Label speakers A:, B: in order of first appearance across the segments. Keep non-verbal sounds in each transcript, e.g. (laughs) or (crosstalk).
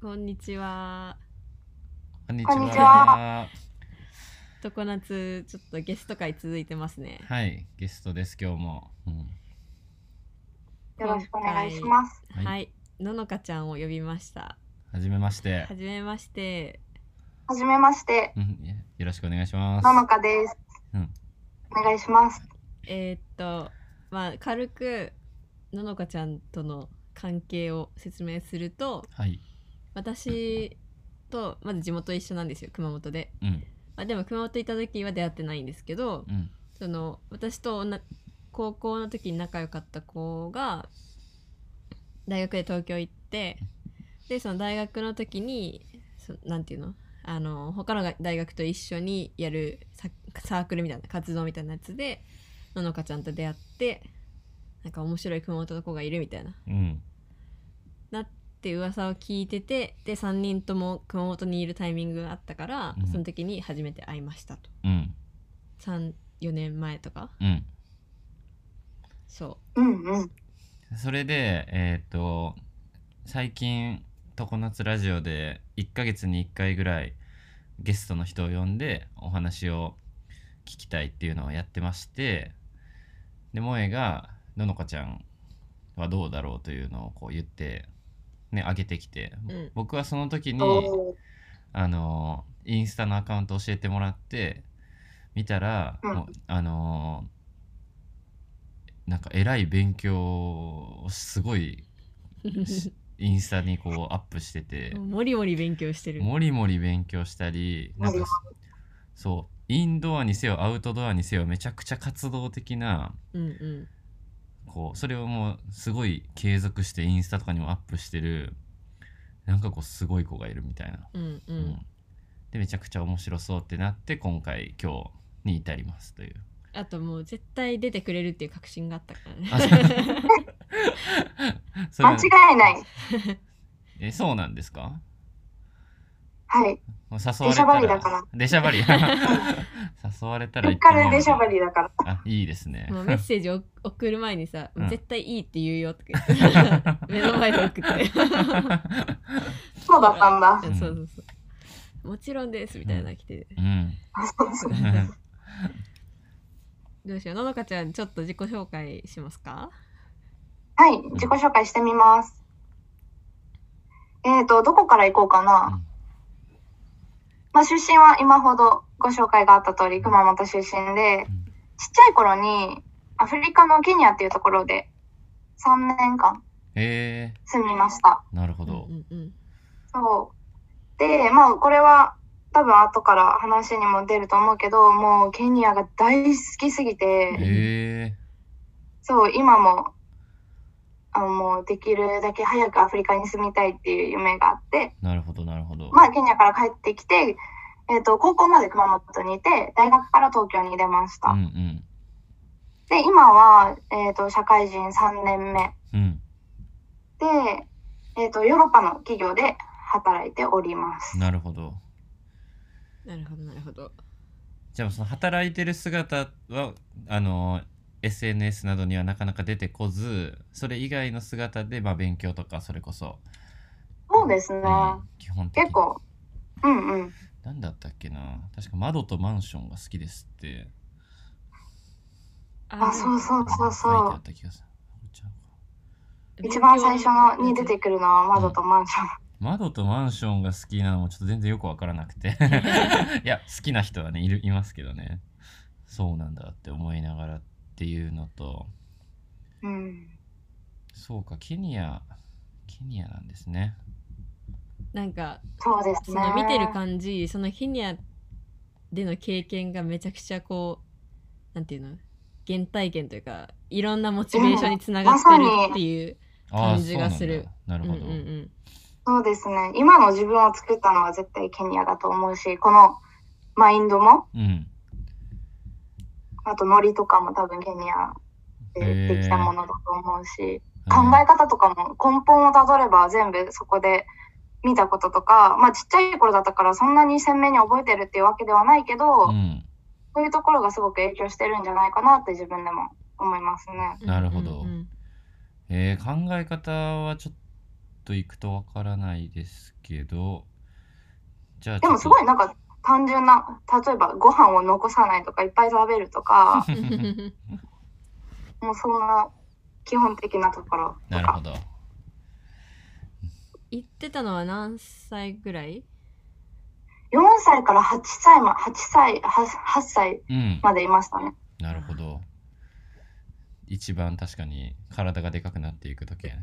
A: こんにちは。
B: こんにち
C: こんにちは
B: は。
A: 常夏、ちょっとゲスト会続いてますね。
B: はい、ゲストです、今日も。うん
C: よろしくお願いします。
B: はい
A: はい、ののかちゃんを呼びました。
B: はじめまして
A: は。じめまして。
C: はじめまして、
B: うんよろしくお願いします。
C: ののかです。
B: うん
C: お願いします。
A: えーっと、まあ、軽く。ののかちゃんとの関係を説明すると、
B: はい。
A: 私。と、まず地元一緒なんですよ、熊本で。
B: うん。
A: まあ、でも熊本行った時は出会ってないんですけど。
B: うん。
A: その私と女高校の時に仲良かった子が大学で東京行ってでその大学の時にそなんていうのあの他のが大学と一緒にやるササークルみたいな活動みたいなやつでののかちゃんと出会ってなんか面白い熊本の子がいるみたいなっ
B: うん。
A: て噂を聞いててで3人とも熊本にいるタイミングがあったから
B: うん
A: その時に初めて会いましたと
B: うん。
A: 34年前とか
B: うん。
A: そう
C: うんうん。
B: それで、えっ、と、最近、常夏ラジオで1ヶ月に1回ぐらいゲストの人を呼んでお話を聞きたいっていうのをやってまして、で、萌えが、ののかちゃんはどうだろうというのをこう言って、ね、上げてきて、 (laughs)
A: うん
B: 僕はその時に、
C: おー
B: あのインスタのアカウント教えてもらって見たら、
C: うん
B: もうあのなんかえらい勉強をすごい
C: (laughs)
B: しインスタにこうアップしてて、
A: もりもり勉強してる。
B: もりもり勉強したりなんかそうインドアにせよアウトドアにせよめちゃくちゃ活動的な
A: うんうん。
B: こうそれをもうすごい継続してインスタとかにもアップしてるなんかこうすごい子がいるみたいな。
A: うんう
B: うんん。、でめちゃくちゃ面白そうってなって今回今日に至ります
C: (laughs)
B: という
A: あともう絶対出てくれるっていう確信があったから
B: あ
A: ね。
B: それ
C: 間
B: は
C: 違いない。
B: えそうなんですか
C: はい。
B: もう誘われたら
C: 出しゃばりだから
B: 出しゃばり (laughs) 誘われたら
C: う
B: 行ってみ
C: っか
B: よう
C: り出しゃばりだから。
B: あいいですね
A: (laughs) もうメ
B: (laughs)
A: ッセージを送る前にさ、
B: うん
A: 絶対いいって言うよとか言
B: (laughs)
A: って目の前で送って。
C: そうだったんだ。
A: そうそうそう。もちろんですみたいなの来て。
B: うん (laughs)
A: どうしよう。ののかちゃん、ちょっと自己紹介しますか
C: はい。自己紹介してみます。えっ、と、どこから行こうかな。まあ、出身は今ほどご紹介があった通り、熊本出身で、ちっちゃい頃にアフリカのケニアっていうところで3年間
B: え
C: 住みました。
B: ー、なるほ
A: うん
B: ど
A: う、んうん。
C: そう。で、まあ、これは多分後から話にも出ると思うけど、もうケニアが大好きすぎ
A: うん
C: て、
B: え
C: そう、今も、あの、もうできるだけ早くアフリカに住みたいっていう夢があって、
B: ー、なるほどなるほど、
C: まあ、ケニアから帰ってきて、えっ、と、高校まで熊本にいて、大学から東京に出ました。
B: うんうん
C: で、今は、えっ、と、社会人3年目
B: うん
C: で、えっ、と、ヨーロッパの企業で働いております。
B: なるほど
A: なるほど、なるほど。
B: じゃあその働いてる姿はあの SNS などにはなかなか出てこずそれ以外の姿で、まあ、勉強とかそれこそ、
C: そうですね。
B: うん基本的に
C: 結構、うんうん。
B: 何だったっけな確か窓とマンションが好きですって
C: あ、そうそうそ
B: 書い
C: う
B: てあ
C: そ
B: った気がするちゃうか
C: う。一番最初のに出
A: く
C: てくるのは窓とマンション。
B: 窓とマンションが好きなのもちょっと全然よくわからなく
C: (laughs)
B: ていや好きな人はねいるいますけどねそうなんだって思いながらっていうのと
C: うん。
B: そうかケニアケニアなんですね
A: なんか、
C: そうです
A: そ
C: ね
A: の。見てる感じそのケニアでの経験がめちゃくちゃこうなんていうの原体験というかいろんなモチベーションにつながってるっていう、
B: あー
A: 感じがする
B: そうなんだな
A: うん
B: る
A: う
B: ほ
A: ん
B: ど、
A: うん、
C: そうですね。今の自分を作ったのは絶対ケニアだと思うし、このマインドも、
B: うん
C: あとノリとかも多分ケニアでできたものだと思うし、考
B: うん
C: え方とかも根本をたどれば全部そこで見たこととか、まあちっちゃい頃だったからそんなに鮮明に覚えてるっていうわけではないけど、
B: うん、
C: そういうところがすごく影響してるんじゃないかなって自分でも思いますね。
B: なるほど
A: うんうんうん
B: えー考え方はちょっと行くとわからないですけど、じゃあち
C: で
B: ょっと、
C: もすごいなんか単純な、例えばご飯を残さないとかいっぱい食べると
B: (laughs)
C: か、もうそんな基本的なところと
B: なるほ
C: か。
B: ど。
A: 行ってたのは何歳ぐら
B: (laughs)
A: い
C: 4歳から8歳ま、8歳、8, 8歳
B: うん、
C: までいましたね。
B: なるほど。一番確かに体がでかくなっていく時やね。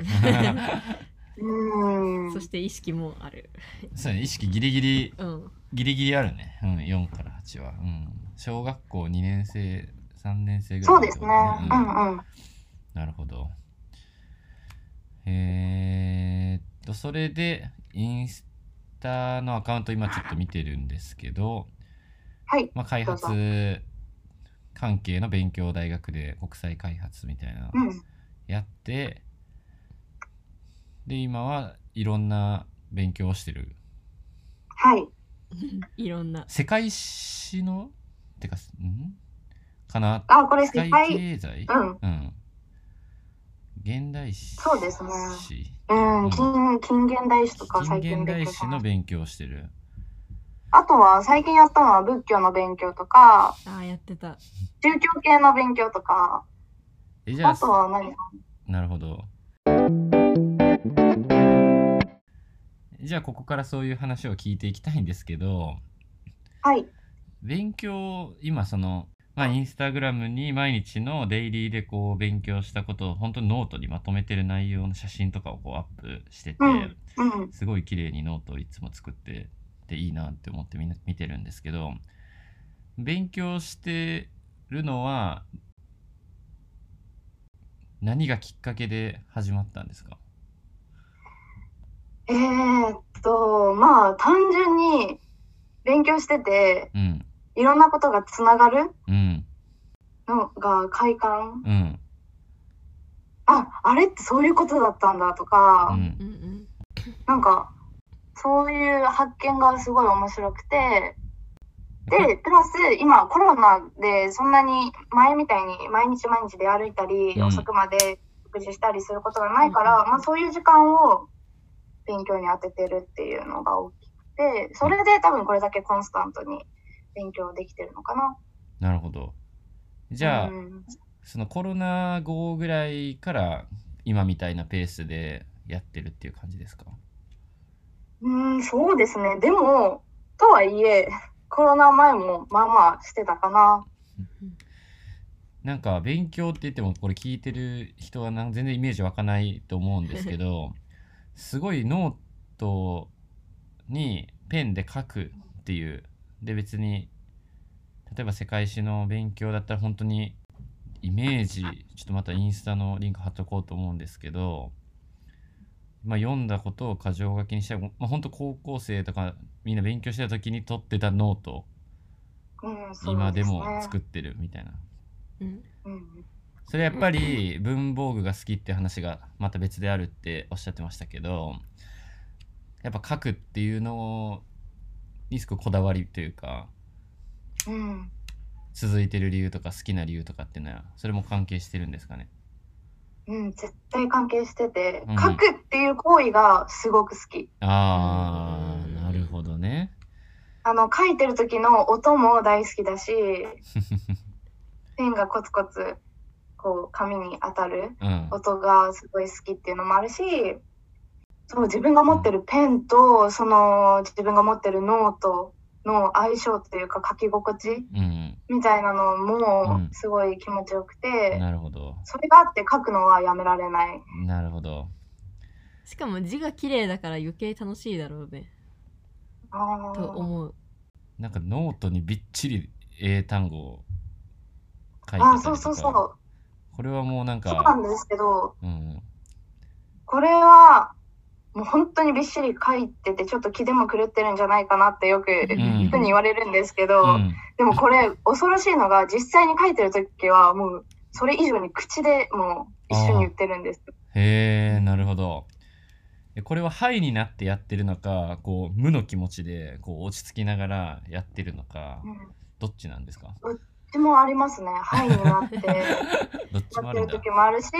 C: うーん。
A: そして意識もある。
B: (laughs) そうね、意識ギリギリ
A: うん。
B: ギリギリあるね、うん、4から8は、うん、小学校2年生3年生ぐらい
C: そう
B: って
C: で
B: こ
C: す
B: と
C: ね。うんうん。
B: なるほどえー、っとそれでインスタのアカウント今ちょっと見てるんですけど、
C: はい。
B: まあ、開
C: ど
B: 発関係の勉強を大学で国際開発みたいな
C: うん。
B: やってで今はいろんな勉強をしてる
C: はい。
A: いろんな。
B: 世界史のてかんかな
C: あ、これ
B: 世界
C: 世界、
B: 経済
C: うん。
B: うん現代史
C: そうですね
B: 史
C: うん。近、近現代史とか最
B: 近
C: 近
B: 現
C: 勉
B: 代
C: 強し
B: 史
C: ま
B: の
C: した。
B: 勉強をしてる
C: あとは最近やったのは仏教の勉強とか、
A: ああ、やってた。
C: 宗教系の勉強とか、
B: えじゃ
C: あ
B: あ
C: とは何
B: なるほどじゃあここからそういう話を聞いていきたいんですけど
C: はい。
B: 勉強今そのまあインスタグラムに毎日のデイリーでこう勉強したことを本当にノートにまとめてる内容の写真とかをこうアップしてて、
C: うんうん。
B: すごい綺麗にノートをいつも作ってていいなって思ってみんな見てるんですけど勉強してるのは何がきっかけで始まったんですか
C: えー、っと、まあ、単純に勉強してて、
B: うん
C: いろんなことがつながる
B: うん
C: のが快感。
B: うん
C: あ、あれってそういうことだったんだと
B: う
C: か、
B: ん
A: うん
C: なんか、そういう発見がすごい面白くて、で、プラス今コロナでそんなに前みたいに毎日毎日出歩いたり、
B: うん
C: 遅くまで食事したりすることがないか
A: うん
C: ら、
A: うん
C: まあそういう時間を勉強に当ててるっていうのが大きくて、それで多分これだけコンスタントに勉強できてるのかな。
B: なるほどじゃあ、
C: うん
B: そのコロナ後ぐらいから今みたいなペースでやってるっていう感じですか
C: うん、そうですね。でも、とはいえ、コロナ前もまあまあしてたかな。
B: なんか勉強って言ってもこれ聞いてる人はなん全然イメージ湧かないと思うんですけ
C: (laughs)
B: どすごいノートにペンで書くっていうで別に例えば世界史の勉強だったら本当にイメージちょっとまたインスタのリンク貼っとこうと思うんですけど、まあ、読んだことを箇条書きにして、まあ、本当高校生とかみんな勉強してた時に取ってたノートを
C: うん、そう
B: 今です
C: ね
B: も作ってるみたいな。
A: うんうん。
C: うん
B: それやっぱり文房具が好きって話がまた別であるっておっしゃってましたけどやっぱ書くっていうのにすごくこだわりというか
C: うん
B: 続いてる理由とか好きな理由とかっていうのはそれも関係してるんですかね
C: うん、絶対関係してて、
B: うん
C: 書くっていう行為がすごく好き。
B: あ
A: う
B: ー
A: ん
B: なるほどね
C: あの、書いてる時の音も大好き
B: (laughs)
C: だし、ペンがコツコツ、こう、紙に当たる
B: うん
C: 音がすごい好きっていうのもあるし、そう、自分が持ってるペンと、その、自分が持ってるノートの相性というか書き心地
B: うん
C: みたいなの
B: う
C: も
B: ん
C: すごい気持ちよくて、
B: なるほど
C: それがあって書くのはやめられない。
B: なるほど
A: しかも字が綺麗だから余計楽しいだろうね。
C: あ
A: と
C: ー
A: 思う。
B: なんかノートにびっちり英単語を書いてた
C: あー、
B: り
C: そうそ
B: と
C: うそう。
B: かこれはもうなん
C: そうな
B: か
C: んですけど、
B: うん
C: これはもう本当にびっしり書いててちょっと気でも狂ってるんじゃないかなってよく
B: ん
C: 人に言われるんですけど、
B: うん
C: でもこれ恐ろしいのが実際に書いてる時はもうそれ以上に口でもう一緒に言ってるんです。
B: へえなるほどえこれは「はい」になってやってるのかこう無の気持ちでこう落ち着きながらやってるのか
C: うん、
B: どっちなんですか
C: でもありますね。はいになって
B: (laughs)
C: や
B: どっちも
C: っ
B: あ
C: て
B: るん
C: る
B: だ
C: 時もあるし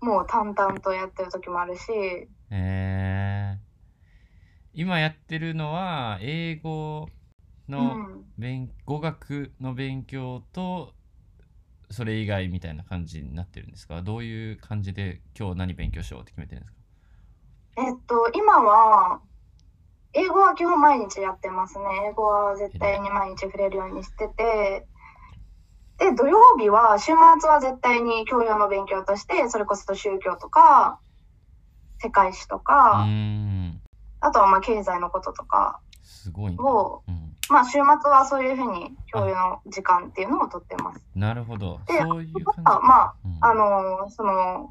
C: もう淡々とやってる時もあるし
B: えー、今やってるのは英語の
C: うん
B: 勉、語学の勉強とそれ以外みたいな感じになってるんですかどういう感じで今日何勉強しようって決めてるんですか
C: えっと、今は、英語は基本毎日やってますね。英語は絶対に毎日触れるようにしてて、で、土曜日は、週末は絶対に教養の勉強として、それこそ宗教とか、世界史と
B: うー
C: か、
B: ん
C: あとはまあ経済のこととか、
B: すごいな、
C: を、
B: うん、
C: まあ週末はそういうふうに教養の時間っていうのをとってます。
B: なるほど
C: で
B: そういう感じ
C: あまあ、
B: うん
C: あのーその、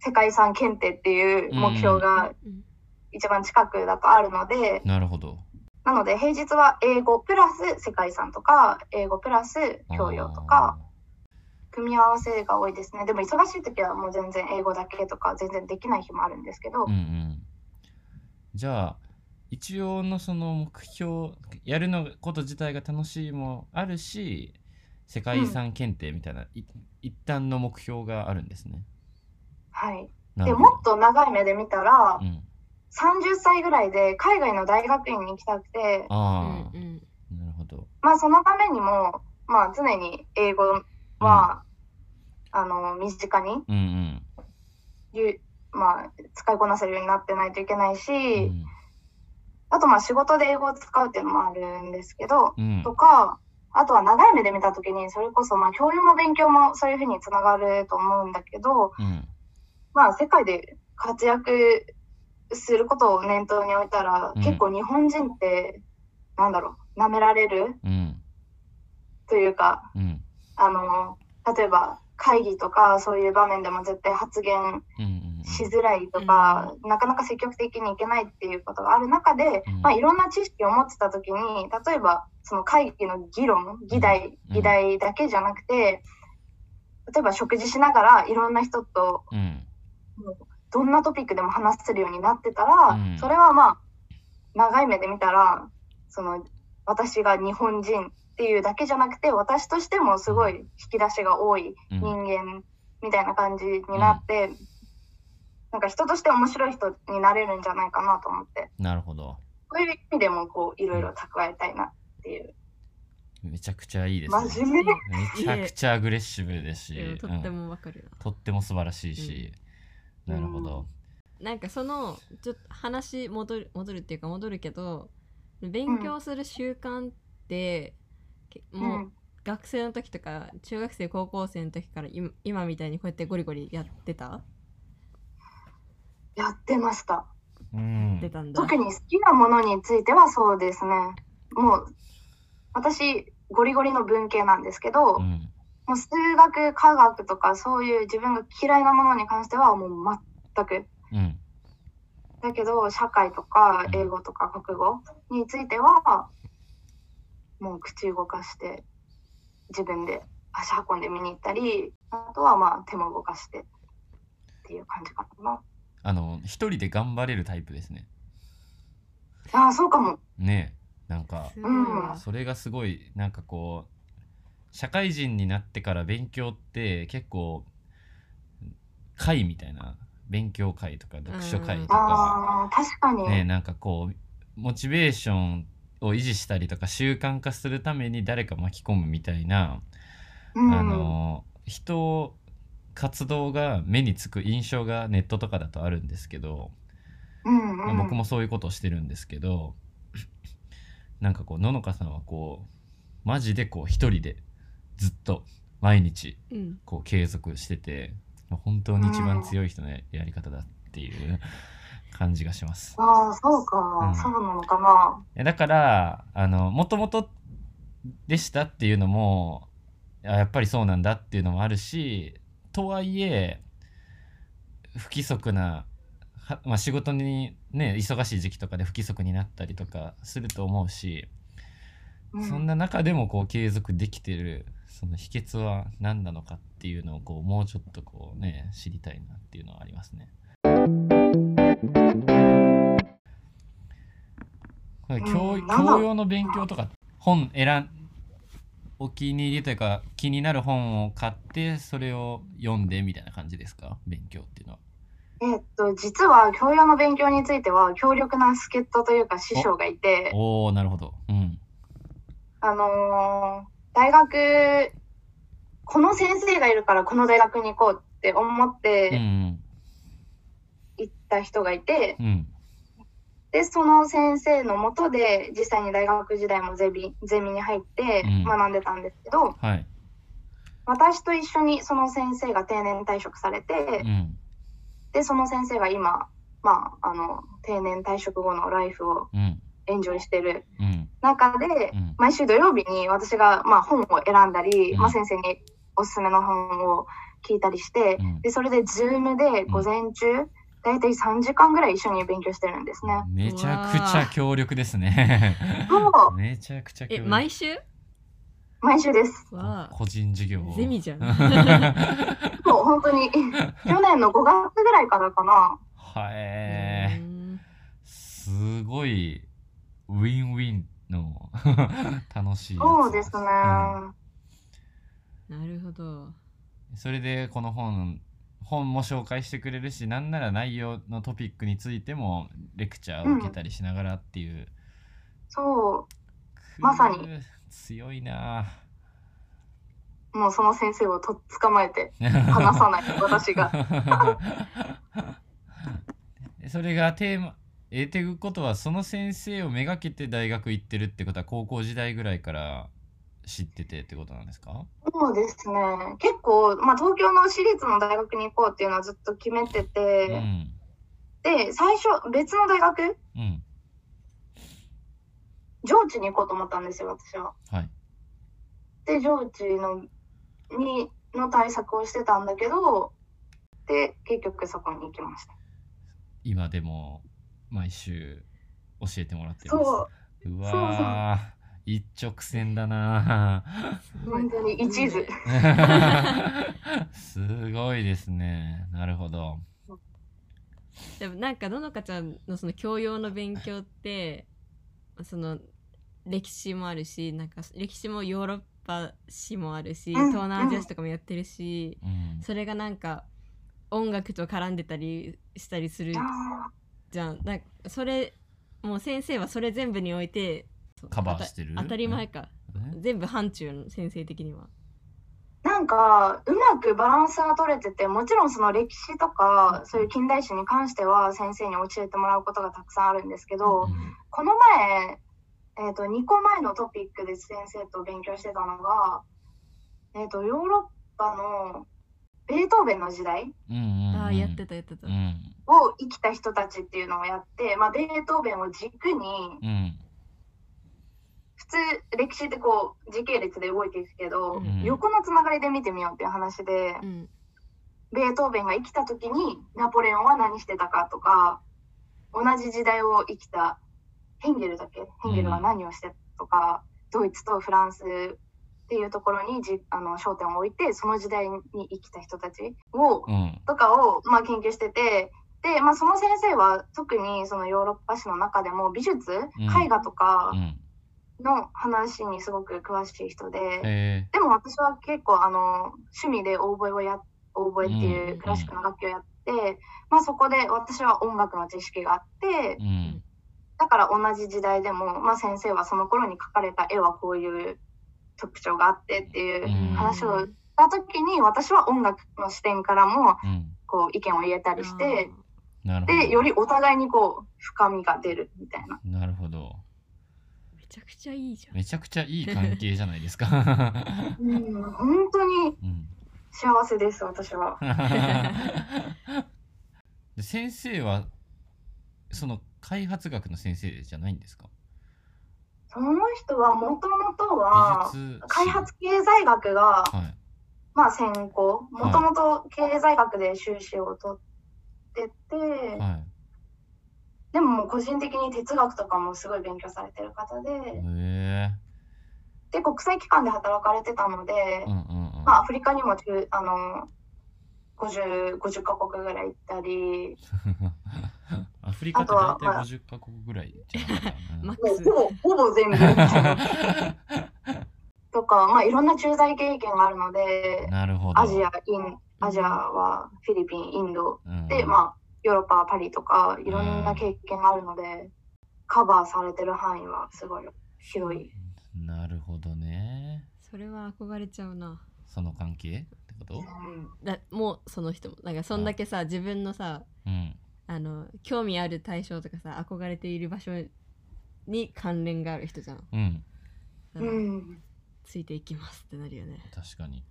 C: 世界遺産検定っていう目標が
A: うん
C: 一番近くだとあるので、
B: なるほど
C: なので平日は英語プラス世界遺産とか英語プラス教養とか組み合わせが多いですねでも忙しい時はもう全然英語だけとか全然できない日もあるんですけ
B: あ
C: ど、
B: ーうんうんじゃあ一応のその目標やるのこと自体が楽しいもあるし世界遺産検定みたいな、い一旦の目標があるんですね
C: はい、
B: な
C: で
B: るほ
C: も
B: ど
C: っと長い目で見たら、
B: うん、
C: 30歳ぐらいで海外の大学院に行きたくて
B: ああ、
A: うん
B: なるほど
C: まあそのためにもまあ常に英語は、あの身近に
B: うんうん
C: ゆまあ、使いこなせるようになってないといけないし、
B: うん
C: あとまあ仕事で英語を使うっていうのもあるんですけど、
B: うん
C: とか、あとは長い目で見たときに、それこそ、まあ、教養も勉強もそういうふうにつながると思うんだけど、
B: うん
C: まあ、世界で活躍することを念頭に置いたら、
B: うん
C: 結構日本人って、なんだろう、舐められる
B: うん
C: というか、
B: うん
C: あの、例えば会議とか、そういう場面でも絶対発言
B: うんうん
C: しづらいとか、なかなか積極的にいけないっていうことがある中で、
B: うん
C: まあ、いろんな知識を持ってた時に例えばその会議の議論議題
B: うん
C: 議題だけじゃなくて、例えば食事しながらいろんな人と
B: うん
C: どんなトピックでも話せるようになってたら、
B: うん
C: それはまあ長い目で見たらその私が日本人っていうだけじゃなくて私としてもすごい引き出しが多い
B: うん
C: 人間みたいな感じになって、なんか人として面白い人になれるんじゃないかなと思って
B: なるほど
C: そういう意味でもこういろいろ蓄えたいなっていう
B: めちゃくちゃいいですね
C: 真面目
B: めちゃくちゃアグレッシブですし、
A: いやと
B: うん
A: ってもわかるな
B: とっても素晴らしいし、
C: うん
B: なるほど、
A: なんかそのちょっと話戻る戻るっていうか戻るけど勉強する習慣って、け
C: う
A: もうん学生の時とか中学生高校生の時から今今みたいにこうやってゴリゴリやってた、
C: やってました
B: うん
A: 出たんだ
C: 特に好きなものについてはそうですねもう私ゴリゴリの文系なんですけど、
B: うん
C: もう数学科学とかそういう自分が嫌いなものに関してはもう全く
B: うん
C: だけど社会とか英語とか国語についてはもう口動かして自分で足運んで見に行ったりあとはまあ手も動かしてっていう感じかな
B: あの一人で頑張れるタイプですね
C: ああそうかも
B: ねえなんか
A: すごいわ
B: それがすごいなんかこう社会人になってから勉強って結構会みたいな勉強会とか読書会とか、
C: ああ確かに、
B: ねえなんかこうモチベーションを維持したりとか習慣化するために誰か巻き込むみたいな
C: うん
B: あの人活動が目につく印象がネットとかだとあるんですけど、
C: うんうん
B: まあ僕もそういうことをしてるんですけど (laughs) なんかこうののかさんはこうマジでこう一人でずっと毎日
A: うん
B: こう継続してて本当に一番強い人のややり方だっていう感じがします。
C: ああそうか、
B: うん
C: そうなのかな
B: えだからあのもともとでしたっていうのもあやっぱりそうなんだっていうのもあるしとはいえ不規則な、はまあ、仕事にね忙しい時期とかで不規則になったりとかすると思うし、
C: うん
B: そんな中でもこう継続できてるその秘訣は何なのかっていうのをこうもうちょっとこうね知りたいなっていうのはありますね。これ教
C: うん
B: 教養の勉強とか本選んお気に入りというか気になる本を買ってそれを読んでみたいな感じですか勉強っていうのは。
C: えっと、実は教養の勉強については強力な助っ人というか師匠がいて、
B: おおなるほど。うん。
C: あのー大学、この先生がいるからこの大学に行こうって思っ
B: うん
C: て行った人がいて、
B: うん。うん。
C: で、その先生のもとで実際に大学時代もゼミゼミに入って
B: うん
C: 学んでたんですけど、
B: はい。
C: 私と一緒にその先生が定年退職されて
B: う、ん。
C: で、その先生が今、まあ、あの、定年退職後のライフを
B: うん。
C: エンジョイしてる
B: うん。
C: 中で
B: う、ん。
C: 毎週土曜日に私が、まあ、本を選んだり、
B: うん
C: まあ、先生におすすめの本を聞いたりして、
B: うん
C: で、それで、ズームで午前中、だいたい3時間ぐらい一緒に勉強してるんですね。
B: めちゃくちゃ強力ですね。
C: そう、
B: めちゃくちゃ強
A: え、
B: 力。
A: 毎週
C: 毎週です。
A: わあ
B: 個人事 (laughs) 業。
A: ゼミじゃ (laughs) ん。
B: は
C: そう、本当に、
B: (laughs)
C: 去年の5月ぐらいからかな。
A: うー
B: え。
A: ん
B: すごい、ウィンウィンの (laughs) 楽しいやつ。
C: そうですね。
B: うん
A: なるほど。
B: それでこの本本も紹介してくれるしなんなら内容のトピックについてもレクチャーを受けたりしながらっていう、
C: そま
B: ま
C: さ
B: さ
C: に
B: に強いな
C: う、もうその先生をとっ捕まえて、
B: 話
C: 話さない、私が。
B: が (laughs) それがテーマえっていうことはその先生をめがけて大学行ってるってことは高校時代ぐらいから知っててってことなんですか
C: そうですね。結構、まあ、東京の私立の大学に行こうっていうのはずっと決めてて、
B: うん
C: で、最初、別の大学、
B: うん
C: 上智に行こうと思ったんですよ、私は。
B: はい
C: で、上智の、に、の対策をしてたんだけど、で、結局そこに行きました。
B: 今でも毎週教えてもらってます
C: そう
B: わー一直線だ
C: (laughs)
B: な
C: う、本当に一途。
B: ーすごいですねなるほど
A: でもなんかののかちゃんのその教養の勉強ってその歴史もあるしなんか歴史もヨーロッパ史もあるし
C: うん
A: 東南アジア史とかもやってるし、
B: うん
A: それがなんか音楽と絡んでたりしたりする
C: あ
A: じゃんなんかそれもう先生はそれ全部においてそう
B: カバーしてる
A: あた当たり前か、
B: ね
A: 全部範疇の先生的には
C: ーなんか、うまくバランスが取れてて、もちろんその歴史とか、そういう近代史に関しては、先生に教えてもらうことがたくさんあるんですけど、
B: うん
C: この前、えっと2個前のトピックで先生と勉強してたのが、えっとヨーロッパのベートーベンの時代
B: うんうんうん
A: ああやってたやってた、
B: うん
C: を生きた人たちっていうのをやって、まあ、ベートーベンを軸に
B: うん
C: 普通歴史ってこう時系列で動いていくけど、
B: うん
C: 横のつながりで見てみようっていう話で、
A: うん
C: ベートーベンが生きた時にナポレオンは何してたかとか同じ時代を生きたヘンゲルだっけヘンゲルは何をしてたとか、ドイツとフランスっていうところにじあの焦点を置いてその時代に生きた人たちを、
B: うん
C: とかを、まあ、研究してて。でまあ、その先生は特にそのヨーロッパ史の中でも美術、
B: ん
C: 絵画とか
B: うん
C: の話にすごく詳しい人で、
B: え
C: でも私は結構あの趣味でオーボエをやオーボエってい
A: うん
C: うクラシックの楽器をやって、まあ、そこで私は音楽の知識があって
B: ーうん
C: だから同じ時代でも、まあ、先生はその頃に描かれた絵はこういう特徴があってっていううん話をした時に私は音楽の視点からも
B: うん
C: こう意見を言えたりして
B: なるほ
C: でよ
B: ど
C: りお互いにこう深みが出るみたいな。
B: なるほど
A: めちゃくちゃいいじゃん
B: めちゃくちゃいい関係じゃないです
C: (laughs)
B: か
C: うん、本当に
B: うん (laughs)
C: 幸せです私は。
B: で先生はその開発学の先生じゃないんですか
C: その人はもともとは
B: 美術史
C: 開発経済学
B: は
C: が、
B: い
C: まあ、専攻もともと経済学で修士を取ってて、
B: は
C: でももう個人的に哲学とかもすごい勉強されてる方で、
B: いへえ
C: で国際機関で働かれてたので、
B: うんうんうん
C: まあ、アフリカにも10あの 50, 50カ国ぐらい行ったり
B: (laughs) アフリカって大
C: あとはま
B: 体
C: あ
B: 50カ国ぐらいじゃなかったかな
A: マッ
C: も
A: ク
C: う
A: ス
C: ほぼほぼ全部 (laughs) とか、まあ、いろんな駐在経験があるの
B: (laughs)
C: で
B: なるほど
C: アジアインアジアはフィリピンインド
B: うん
C: で、まあ、ヨーロッパ、パリとか、いろんな経験があるので、カバーされてる範囲はすごい広い。
B: なるほどね。
A: それは憧れちゃうな。
B: その関係ってこと
A: だもうその人もなんかそんだけさ自分のさ
B: うん。
A: あの興味ある対象とかさ憧れている場所に関連がある人じゃん。
B: うん。
A: だ
C: う
A: から
C: ん。
A: ついていきますってなるよね。
B: 確かに。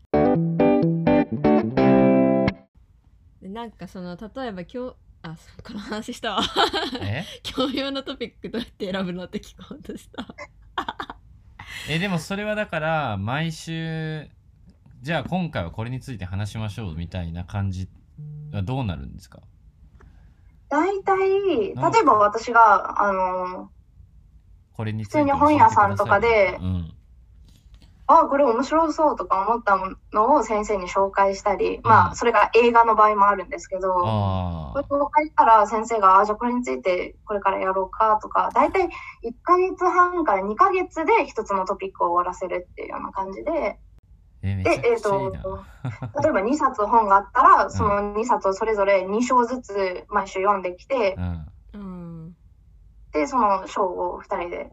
A: でなんかその例えば今日あそうこの話したわ (laughs)
B: え (laughs)
A: 教養のトピックどうやって選ぶのって聞こうとした。
B: え、でもそれはだから、毎週、じゃあ今回はこれについて話しましょうみたいな感じはどうなるんですか
C: 大体、例えば私が、あの、
B: これについて
C: 普通に本屋さんとかで
B: 教えてくださいうん。
C: あ、これ面白そうとか思ったものを先生に紹介したり、
B: う
C: ま
B: ん
C: あ、それが映画の場合もあるんですけど、
B: あ
C: これ
B: あ。
C: を書いたら先生が、あ、じゃあこれについてこれからやろうかとか、大体1ヶ月半から2ヶ月で一つのトピックを終わらせるっていうような感じで、
B: え、めち
C: で
B: ゃ、
C: えっ、
B: くちゃいい
C: と
B: な。、
C: 例えば2冊本があったら、その2冊をそれぞれ2章ずつ毎週読んできて、
B: うん。
A: うん。
C: で、その章を2人で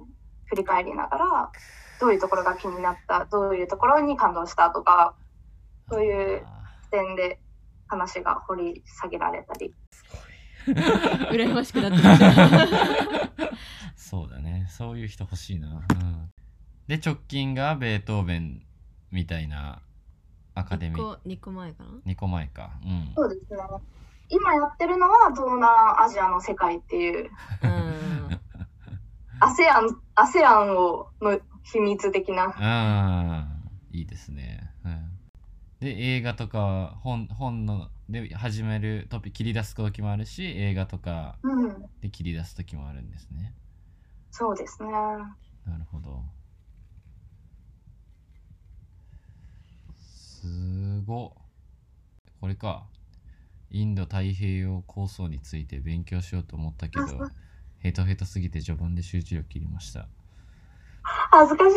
C: 振り返りながら、どういうところが気になった、どういうところに感動したとか、そういう視点で話が掘り下げられたり。
A: 羨ましくなって
B: (laughs)
A: きた。
B: (laughs) そうだね。そういう人欲しいな。うん、で、直近がベートーベンみたいなアカデ
A: 2
B: ミー。
A: 個二個前かな。
B: 2個前か。うん。
C: そうですね。今やってるのは東南アジアの世界っ
B: (laughs)
C: ていう、
A: うん。
C: ASEAN、ASEAN をの秘密的な。
B: あーいいですね。うん、で、映画とか本、本ので始めるトピ切り出す時もあるし、映画とか
C: うん、
B: で切り出す時もあるんですね。
C: そうですね。
B: なるほど。すごっ。これか。インド太平洋構想について勉強しようと思ったけど
C: あそう、
B: ヘトヘトすぎて序盤で集中力切りました。 (laughs)
C: 恥ずかしい。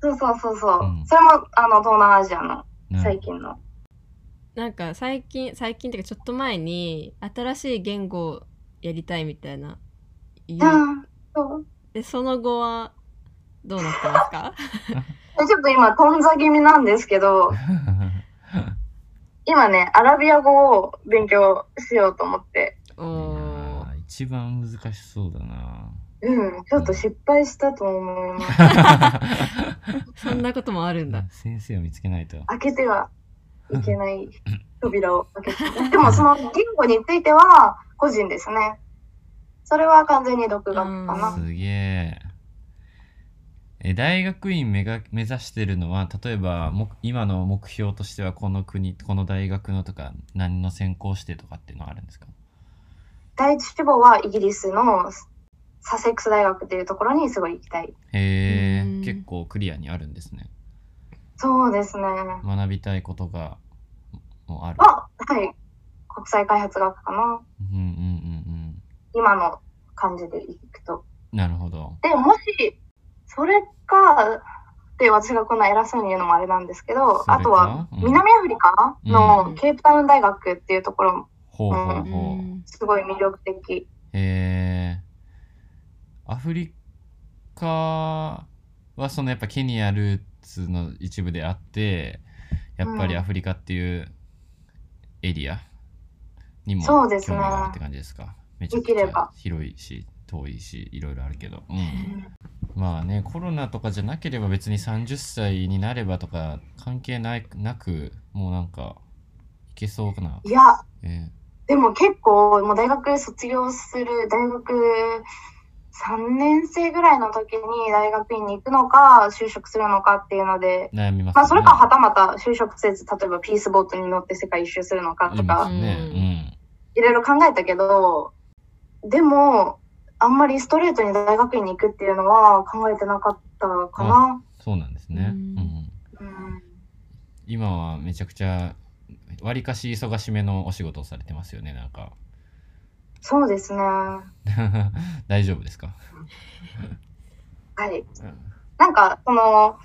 C: そうそうそうそう。
B: うん
C: それもあの東南アジアの
B: うん
C: (laughs) 最近の。
A: なんか最近最近っていうかちょっと前に新しい言語をやりたいみたいな言う
C: うん、そう
A: でその後はどうなってますか
C: えちょっと今、とんざ気味なんですけど、今ね、アラビア語を勉強しようと思って、
A: お
B: いや
A: お
B: ー一番難しそうだな。
C: うん、ちょっと失敗したと思います。
B: (laughs)
A: そんなこともあるんだ
B: 先生を見つけないと。
C: 開けてはいけない扉を開けて。でもその言語については個人ですね。それは完全に独学か
A: う
C: な。
B: すげえ。え大学院めが目指してるのは例えばも今の目標としてはこの国この大学のとか何の専攻してとかっていうのはあるんですか
C: 第一志望はイギリスのサセックス大学っていうところにすごい行きたい。
B: へ
A: うん
B: え結構クリアにあるんですね
C: そうですね。
B: 学びたいことがもうある
C: は、はい。国際開発学かな。
B: うんうんうん
C: 今の感じで行くと。
B: うんなるほど
C: で、もし、それか、で、私がこんな偉そうに言うのもあれなんですけ
B: そ
C: ど、
B: れか
C: あとは、
B: うん
C: 南アフリカ
A: うん
C: のケープタウン大学っていうところも
B: ほうほう
A: う
B: ほうん
C: すごい魅力的。
B: へえアフリカはそのやっぱケニアルーツの一部であってやっぱり
C: うん
B: アフリカっていうエリアにも
C: そ
B: 興
C: うで
B: 味
C: すね
B: があるって感じですかめちゃく
C: でき
B: ち
C: れ
B: ゃ
C: ば
B: 広いし遠いしいろいろあるけど、うん、まあねコロナとかじゃなければ別に30歳になればとか関係ないなくもうなんかいけそうな、
C: いや、
B: え
C: でも結構、もう大学卒業する、大学3年生ぐらいの時に大学院に行くのか、就職するのかっていうので、
B: ー悩みます
C: まあ、それかはたまた就職せず、例えばピースボートに乗って世界一周するのか
B: い
C: と
B: ます
C: か、
B: ね、うん
C: いろいろ考えたけど、でも、あんまりストレートに大学院に行くっていうのは考えてなかったかな。
B: そうなんです
A: う
B: ね。うんん
C: うん
B: 今はめちゃくちゃ、わりかし忙しめのお仕事をされてますよね、なんか。 (laughs)
C: そうですね。は
B: 大丈夫ですか
C: い。なんか、その、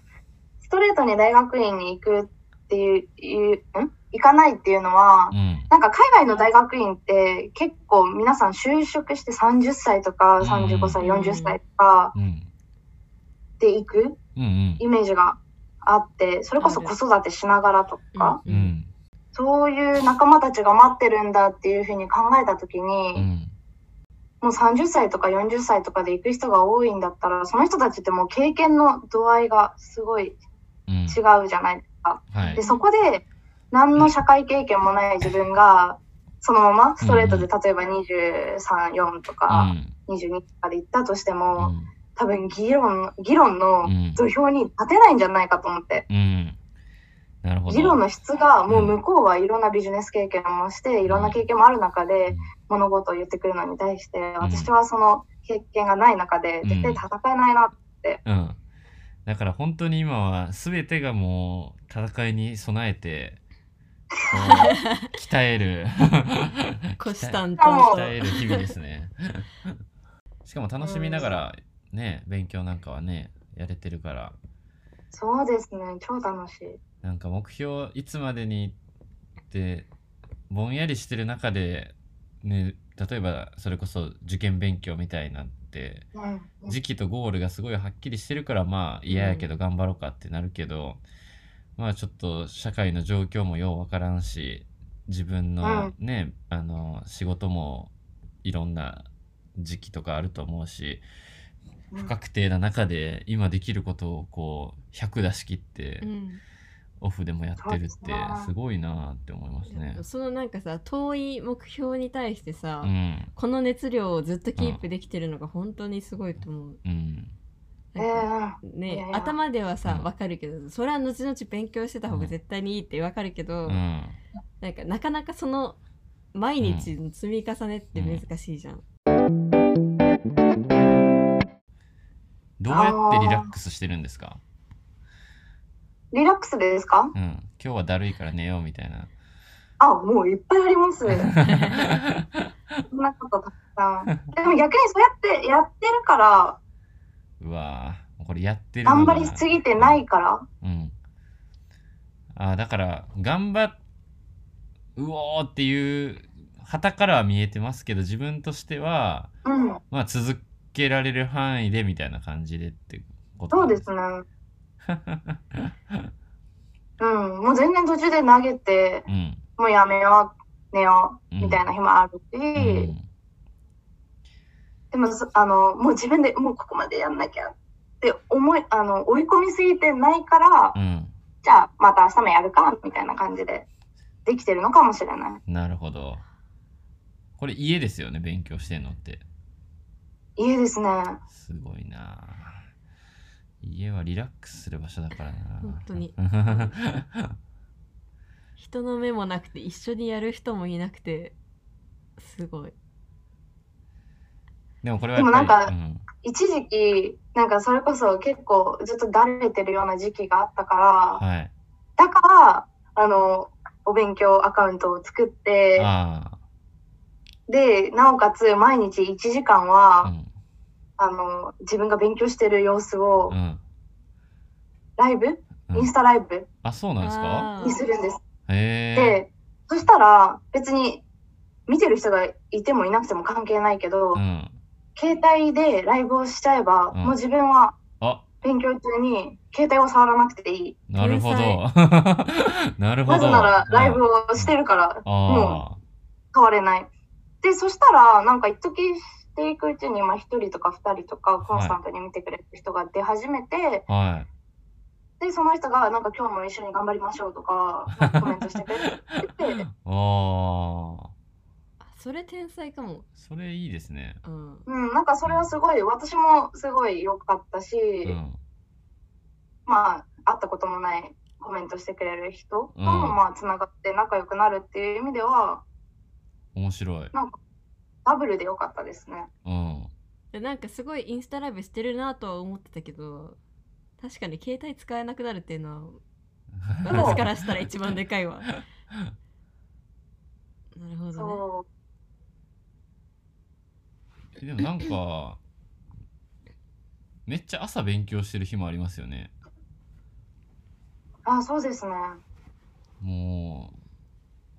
C: ストレートに大学院に行くっていう、いうん行かないっていうのは、
B: うん
C: なんか海外の大学院って結構皆さん就職して30歳と
B: う
C: か
B: ん
C: 35歳、40歳とか
B: うん
C: で行く
B: うん
C: イメージがあって、それこそ子育てしながらとか、
B: うんうん
C: そういう仲間たちが待ってるんだっていうふうに考えたとき
B: う
C: に、
B: ん
C: もう30歳とか40歳とかで行く人が多いんだったら、その人たちってもう経験の度合いがすごい違
B: うん
C: うじゃない
B: はい
C: でそこで何の社会経験もない自分がそのままストレートで
B: う
C: 例えば234と
B: う
C: か
B: ん
C: 22とかで行ったとして
B: う
C: も
B: ん
C: 多分議論議論の
B: うん
C: 土俵に立てないんじゃないかと思って
B: うんなるほど
C: 議論の質がもう
B: うん
C: 向こうはいろんなビジネス経験もしていろんな経験もある中で物事を言ってくるのに対して私はその経験がない中で絶対戦えないな
B: うんだから本当に今は全てがもう戦いに備えてこう
C: (laughs)
B: 鍛える
A: 虎視眈
C: 々
B: 鍛え鍛える日々ですねしかも楽しみながらね勉強なんかはねやれてるから
C: そうですね超楽しい
B: なんか目標いつまでにってぼんやりしてる中で、ね、例えばそれこそ受験勉強みたいなって
C: うん
B: 時期とゴールがすごいはっきりしてるからまあ嫌やけど頑張ろうかってなるけど、まあちょっと社会の状況もようわからんし自分のね、あの仕事もいろんな時期とかあると思うし
C: うん
B: 不確定な中で今できることをこう100出し切って
A: うん
B: オフでもやってるっ
C: そう
B: て
C: ですね
B: すごいなって思いますね。
A: そのなんかさ遠い目標に対してさ、
B: うん
A: この熱量をずっとキープできてるのが本当にすごいと思う。
B: うん
C: え
A: なんか
C: ーい
A: ね
C: やいや
A: 頭ではさ
B: うん
A: わかるけどそれは後々勉強してた方が絶対にいいってわかるけど、
B: うん
A: なんかなかなかその毎日の積み重ねって難しいじゃん。
B: どうやってリラックスしてるんですか、
C: リラックスですか
B: うん、今日はだるいから寝ようみたいな。
C: あ、もういっぱいあり (laughs) ます。そんなことたくさん。でも逆にそうやってやってるから、
B: うわぁ、これやってる
C: 頑張りすぎてない。から。
B: うん。あーだから、頑張っ、うおーっていう、旗からは見えてますけど、自分としては、
C: うん、
B: まあ、続けられる範囲でみたいな感じでってこと
C: そうです
B: か
C: ね。うん、もう全然途中で投げ
B: (laughs)
C: て、
B: うん。
C: もうやめよう、寝よう、みたいな日もあるし、
B: うん。
C: でもそ、あの、もう自分でもうここまでやんなきゃって思い、あの、追い込みすぎてないから、
B: うん。
C: じゃあまた明日もやるか、みたいな感じでできてるのかもしれない。
B: なるほど。これ家ですよね、勉強してんのって。
C: いいですね。
B: すごいなあ家はリラックスする場所だからな
A: 本当
B: (laughs)
A: に人の目もなくて一緒にやる人もいなくてすごい。
B: でもこれはやっぱり
C: でもなんか
B: うん
C: 一時期なんかそれこそ結構ずっとだれてるような時期があったから
B: はい
C: だからあのお勉強アカウントを作って
B: あ
C: でなおかつ毎日1時間
B: あう
C: は、
B: ん
C: あの自分が勉強してる様子を
B: うん
C: ライブ、
B: うん
C: インスタライブ
B: あそうなんですか
A: あー
C: にするんです
B: へえ
C: でそしたら別に見てる人がいてもいなくても関係ないけど、
B: うん
C: 携帯でライブをしちゃえば、
B: うん
C: もう自分は
B: あ
C: 勉強中に携帯を触らなくていい。
B: なるほど (laughs) なるほ
C: な
B: ど
C: ぜならライブをしてるから、
B: あ
C: 変われない。で、そしたら、なんか一時していくうちに、まあ一人とか二人とかコンスタントに見てくれる人が出始めて、
B: あはい
C: で、その人が、なんか今日も一緒に頑張りましょうとか、なんかコメントしてくれ
B: (laughs)
C: て
B: ああ
A: あそれ天才かも。
B: それいいですね
A: うん。
C: うん、なんかそれはすごい、私もすごい良かったし、
B: うん
C: まあ、会ったこともないコメントしてくれる人と
B: う
C: も、
B: ん
C: まあ、つながって仲良くなるっていう意味では、
B: 面白い
C: ダブルで良かったですね。
B: うん
A: でなんかすごいインスタライブしてるなとは思ってたけど確かに携帯使えなくなるっていうのは私からしたら一番でかいわ。なるほどね。
C: そう。
B: (laughs) でもなんかめっちゃ朝勉強してる日もありますよね
C: あ、そうですね。
B: もう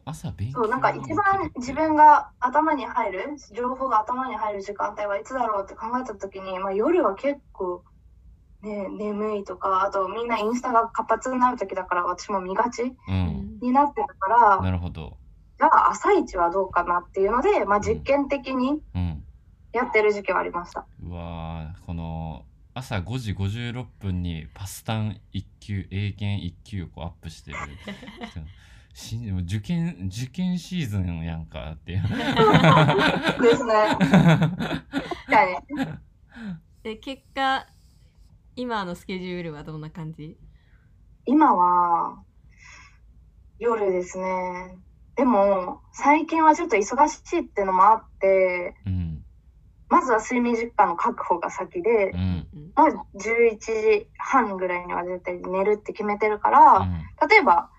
B: 朝勉強
C: そう、なんか一番自分が頭に入る、情報が頭に入る時間帯はいつだろうって考えたときに、まあ、夜は結構、ね、眠いとか、あとみんなインスタが活発になる時だから私も見がち
B: うん
C: になってるから、
B: なるほど
C: じゃあ朝一はどうかなっていうので、まあ、実験的に
B: うん
C: やってる時期はありました。
B: うわーこの朝5時56分にパスタン1級英検1級をこうアップしてるそうしでも受験受験シーズンやんかっていう
C: ですね。確かに。
A: で結果今のスケジュールはどんな感じ
C: 今は夜ですね。でも最近はちょっと忙しいってのもあって、
B: うん
C: まずは睡眠時間の確保が先で
B: う、ん
A: うん
C: まあ11時半ぐらいには絶対寝るって決めてるか
B: う
C: ら、
B: ん
C: 例えば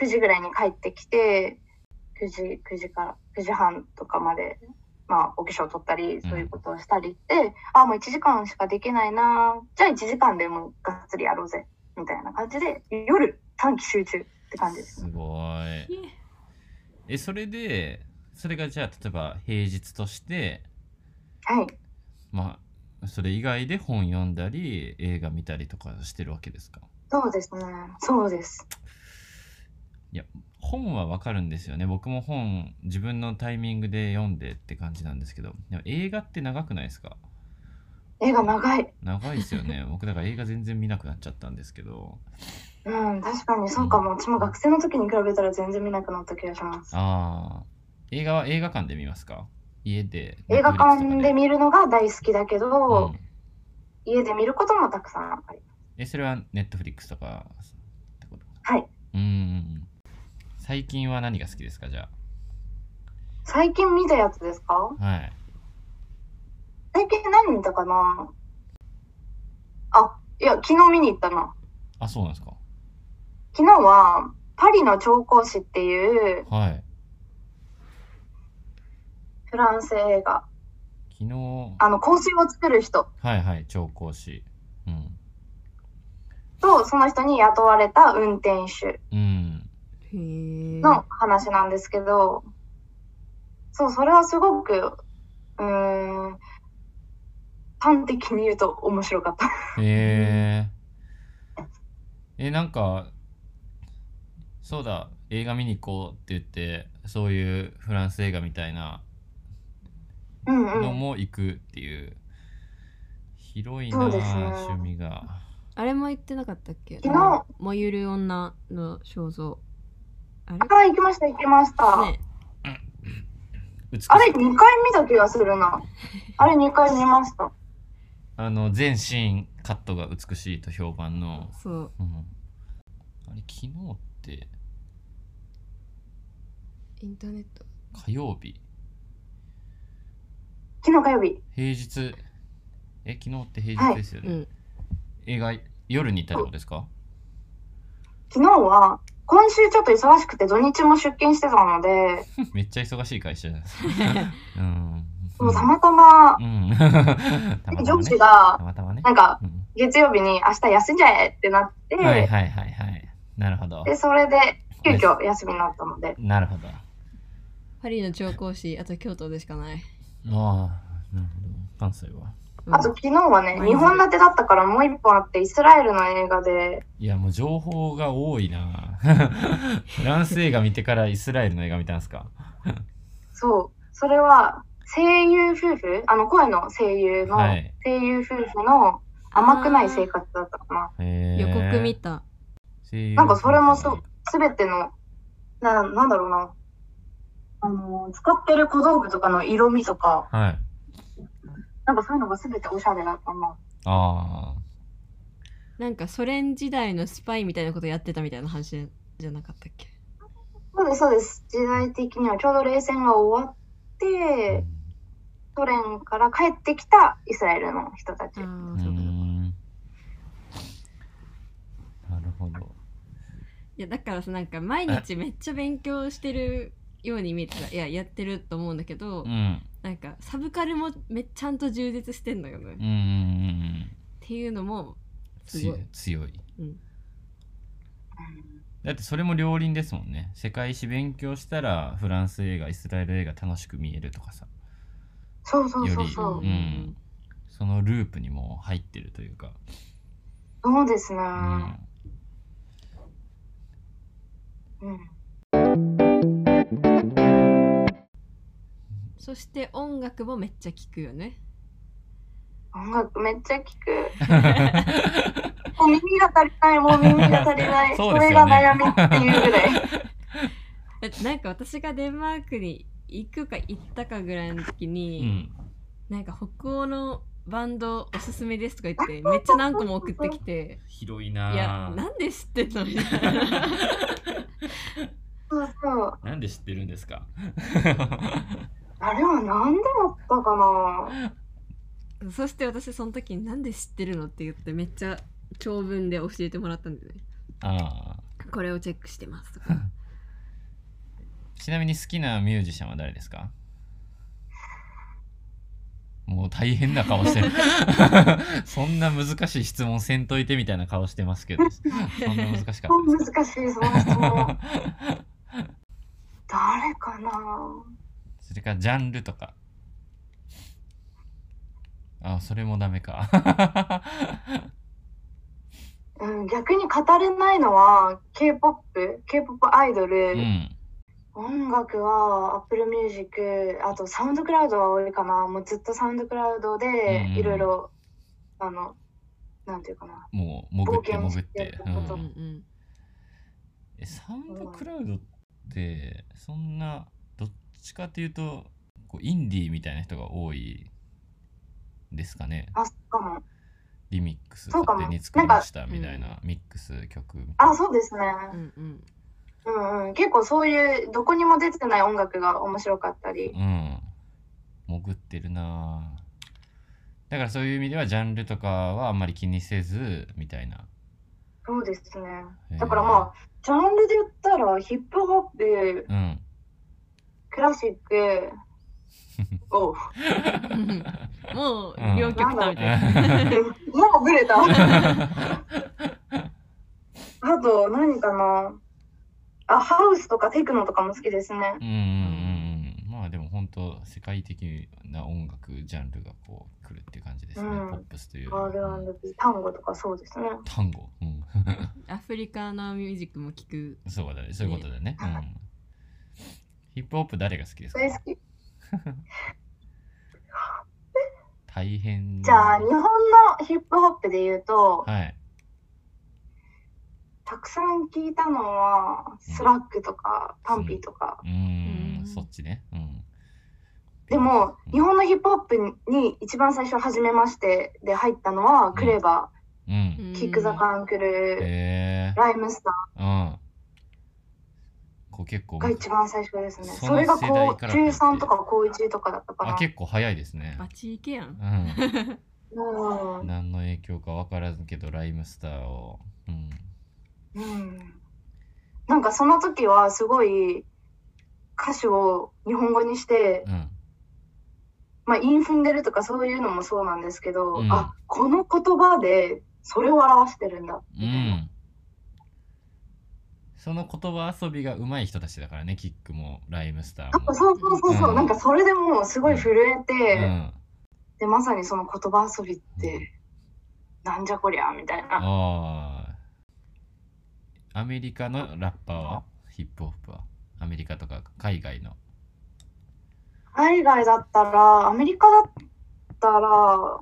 C: 9時ぐらいに帰ってきて、9時、9時から9時半とかまで、まあお化粧取ったり、そういうことをしたりって、あ、もう1時間しかできないなじゃあ1時間でもうがっつりやろうぜ、みたいな感じで、夜短期集中って感じです
B: す。ごいえそれでそれがじゃあ例えば平日として
C: はい。
B: まあそれ以外で本読んだり映画見たりとかしてるわけですか
C: そうですね。そうです。
B: 本はわかるんですよね僕も本自分のタイミングで読んでって感じなんですけどでも映画って長くないですか
C: 映画長い。
B: 長いですよ
C: (laughs)
B: ね僕だから映画全然見なくなっちゃったんですけど
C: うん、確かにそうかも。うちも学生の時に比べたら全然見なくなった気がします。
B: ああ映画は映画館で見ますか家で
C: 映画館で
B: 見
C: 見るのが大好きだけど、
B: うん、
C: 家で見ることもたくさんあります。
B: えそれはネットフリックスとかってこと
C: はい。
B: うんうんうん最近は何が好きですかじゃ
C: 最近見たやつですか
B: あはい
C: 最近何見たかなあ、いや、昨日見に行ったな。
B: あそうなんですか
C: 昨日は、パリの調香師っていう
B: はい
C: フランス映画。
B: 昨日
C: あの、香水を作る人
B: はいはい調香師うん
C: と、その人に雇われた運転手。
B: うん
A: へえ
C: の話なんですけど、そう、それはすごく、うーん、端的に言うと面白かった。 (laughs)
B: へええなんかそうだ映画見に行こうって言ってそういうフランス映画みたいな
C: うんう
B: の
C: ん。
B: も行くっていう、広いな、
C: そうですね
B: 趣味が
A: あれも言ってなかったっけ
C: 昨日
A: あの燃ゆる女の肖像あれ
C: あ、行きました、行きました。
A: ね
B: 美しい
C: あれ、2回見た気がするな。あれ、2回見ました。
B: あの全シーンカットが美しいと評判の、
A: そう
B: うん、あれ昨日って
A: インターネット
B: 火曜日
C: 昨日火曜日。
B: 平日え昨日って平日ですよね、
A: うん
B: 映画夜に行ったってことですか
C: 昨日は、今週ちょっと忙しくて土日も出勤してたので、
B: めっちゃ忙しい会社じゃない
A: (laughs)
B: ですか。うん。
C: もうたまたま
B: う、ん。たまたまね
C: 上司が
B: た、またまね。
C: なんか、
B: うん
C: 月曜日に明日休んじゃえってなって、
B: はいはいはいはい。なるほど。
C: で、それで、急遽休みになったので、
B: なるほど。
A: パリの調香師あと京都でしかない、
B: ああ、なるほど。関西は。
A: うん
C: あと昨日はね、
A: うん
C: 2本立てだったからもう1本あって、イスラエルの映画で、
B: いやもう情報が多いな。 (laughs) フランス映画見てからイスラエルの映画見たんですか。
C: そう、それは声優夫婦、あの声の声優の、
B: はい
C: 声優夫婦の甘くない生活だったかな。
B: へえ
A: 予告見た
B: 声優
C: なんかそれもそう。すべての、ななんだろうな、あの、使ってる小道具とかの色味とか、
B: はい。
C: なんかそういうのがすべておしゃれだったな。
B: あ
A: なんかソ連時代のスパイみたいなことやってたみたいな話じゃなかったっけ
C: そうです、そうです。時代的にはちょうど冷戦が終わっ
B: あ。
C: て、ソ連から帰ってきたイスラエルの人たち
A: あ。
B: う
A: あそうかそうか
B: ん。なるほど。
A: いやだからさなんか毎日めっちゃ勉強してるように見えてたいややってると思うんだけど、
B: うん。
A: なんかサブカルもめっちゃんと充実してんのよね、
B: うんうん
A: っ
B: うんうん。
A: ていうのもす
B: 強
A: ご
B: い
A: い
B: 強い、
A: うん
B: だってそれも両輪ですもんね世界史勉強したらフランス映画イスラエル映画楽しく見えるとかさ
C: そうそう
B: よ
C: そう
B: り
C: そうう。
B: ん、そのループにもう入ってるというか、
C: そうですね。
B: うん、 (laughs)
C: うん。
A: そして音楽もめっちゃ聴くよね
C: 音楽めっちゃ聞く。もう耳が足りない、もう耳が足りな
B: (laughs)
C: い。
B: そ
C: そ
B: で
C: う
B: す
C: れ
B: よね
C: が悩みっていうぐらい。
B: (laughs)
A: だってなんか私がデンマークに行くか行ったかぐらいの時
B: う
A: に、
B: ん、
A: なんか北欧のバンドおすすめですとか言ってめっちゃ何個も送ってきて
B: 広い
A: 「いや
B: なぁ
A: なんで知ってんの?」みたいな (laughs)
C: そうそ
B: (laughs)
C: う。
B: なんで知ってるんですか (laughs)
C: あれはなんでだったか
B: (laughs)
C: な。
A: そして私その時に「なんで知ってるの?」って言ってめっちゃ長文で教えてもらったんだよね
B: ああ
A: 「これをチェックしてます」とか
B: ちなみに好きなミュージシャンは誰ですかもう大変な顔してるそんな難しい質問せんといてみたいな顔してますけどそんな難しかった
C: 難
B: ですか
C: しい、その質 (laughs) 問。誰かな。
B: それからジャンルとかあそれもダメか
C: うん、逆に語れないのは K-POP、K-POP アイドル、
B: うん
C: 音楽は Apple Music、あとサウンドクラウドは多いかな。もうずっとサウンドクラウド
B: うん
C: で
B: うん
C: いろいろ、あの、なんていうかな。
B: もう潜って
C: 冒険
B: 潜っ
C: して
B: て
C: る、
B: う、
C: こ
A: う
C: と
A: んうんん
B: えサウンドクラウドってそんなどっちかっていうとこうインディーみたいな人が多いですかね
C: あ、そうかも。
B: リミックス
C: そうかも
B: 勝手に作りましたみたいなミックス曲
C: あ、そうですね。
A: うんうん
C: うんうん。結構そういうどこにも出てない音楽が面白かったり。
B: うん潜ってるなぁだからそういう意味ではジャンルとかはあんまり気にせずみたいな
C: そうですね。だからまあ、ジャンルで言ったらヒップホップ、
B: あ
C: (laughs)
B: うん
C: クラシッ
B: (laughs)
C: ク、おう。
A: (laughs)
C: (laughs)
A: もう両極端みたいな、
C: もうぶれた。あと、何かな。あ、ハウスとかテクノとかも好きですね。
B: うんうんうんうんまあでも本当世界的な音楽ジャンルがこう来るっていう感じですね、
C: うん
B: ポップスというより
C: R&B、単語とかそうですね。
B: 単語、うん、 (laughs)
A: アフリカのミュージックも聴く
B: そうだねそういうことだね、うん、ヒップホップ誰が好きですか
C: 大好き。
B: 大変
C: じゃあ、日本のヒップホップで言うと、
B: はい
C: たくさん聞いたのは、スラックとか、パンピーとか。
B: うー
A: うんん
B: そっちねうん
C: でも、
B: うん
C: 日本のヒップホップに一番最初、初めましてで入ったのは、クレバ
B: うん
A: うん
C: ー、キック・ザ・カンクル、
B: へえ
C: ライムスタ
B: うんこう結構
C: ーが一番最初ですね。
B: そ
C: そ
B: の世代
C: れが
B: から入っ
C: こ
B: て
C: う中3とか高1とかだったか
B: あ
C: な。
B: 結構早いですね
A: バチいけやん
B: うん
C: うん
B: 何の影響か分からずけどライムスターをうん
C: うんなんかその時はすごい歌詞を日本語にして、
B: うん
C: まあ、韻踏んでるとかそういうのもそうなんですけど、
B: うん
C: あこの言葉でそれを表してるんだ
B: う
C: みたいなん
B: その言葉遊びが上手い人たちだからねキックもライムスターも
C: そうそうそうそう、
B: うん
C: なんかそれでもうすごい震えて、
B: うん
C: でまさにその言葉遊びって、なんじゃこりゃみたいな
B: ああアメリカのラッパーはヒップホップはアメリカとか海外の
C: 海外だったらアメリカだったら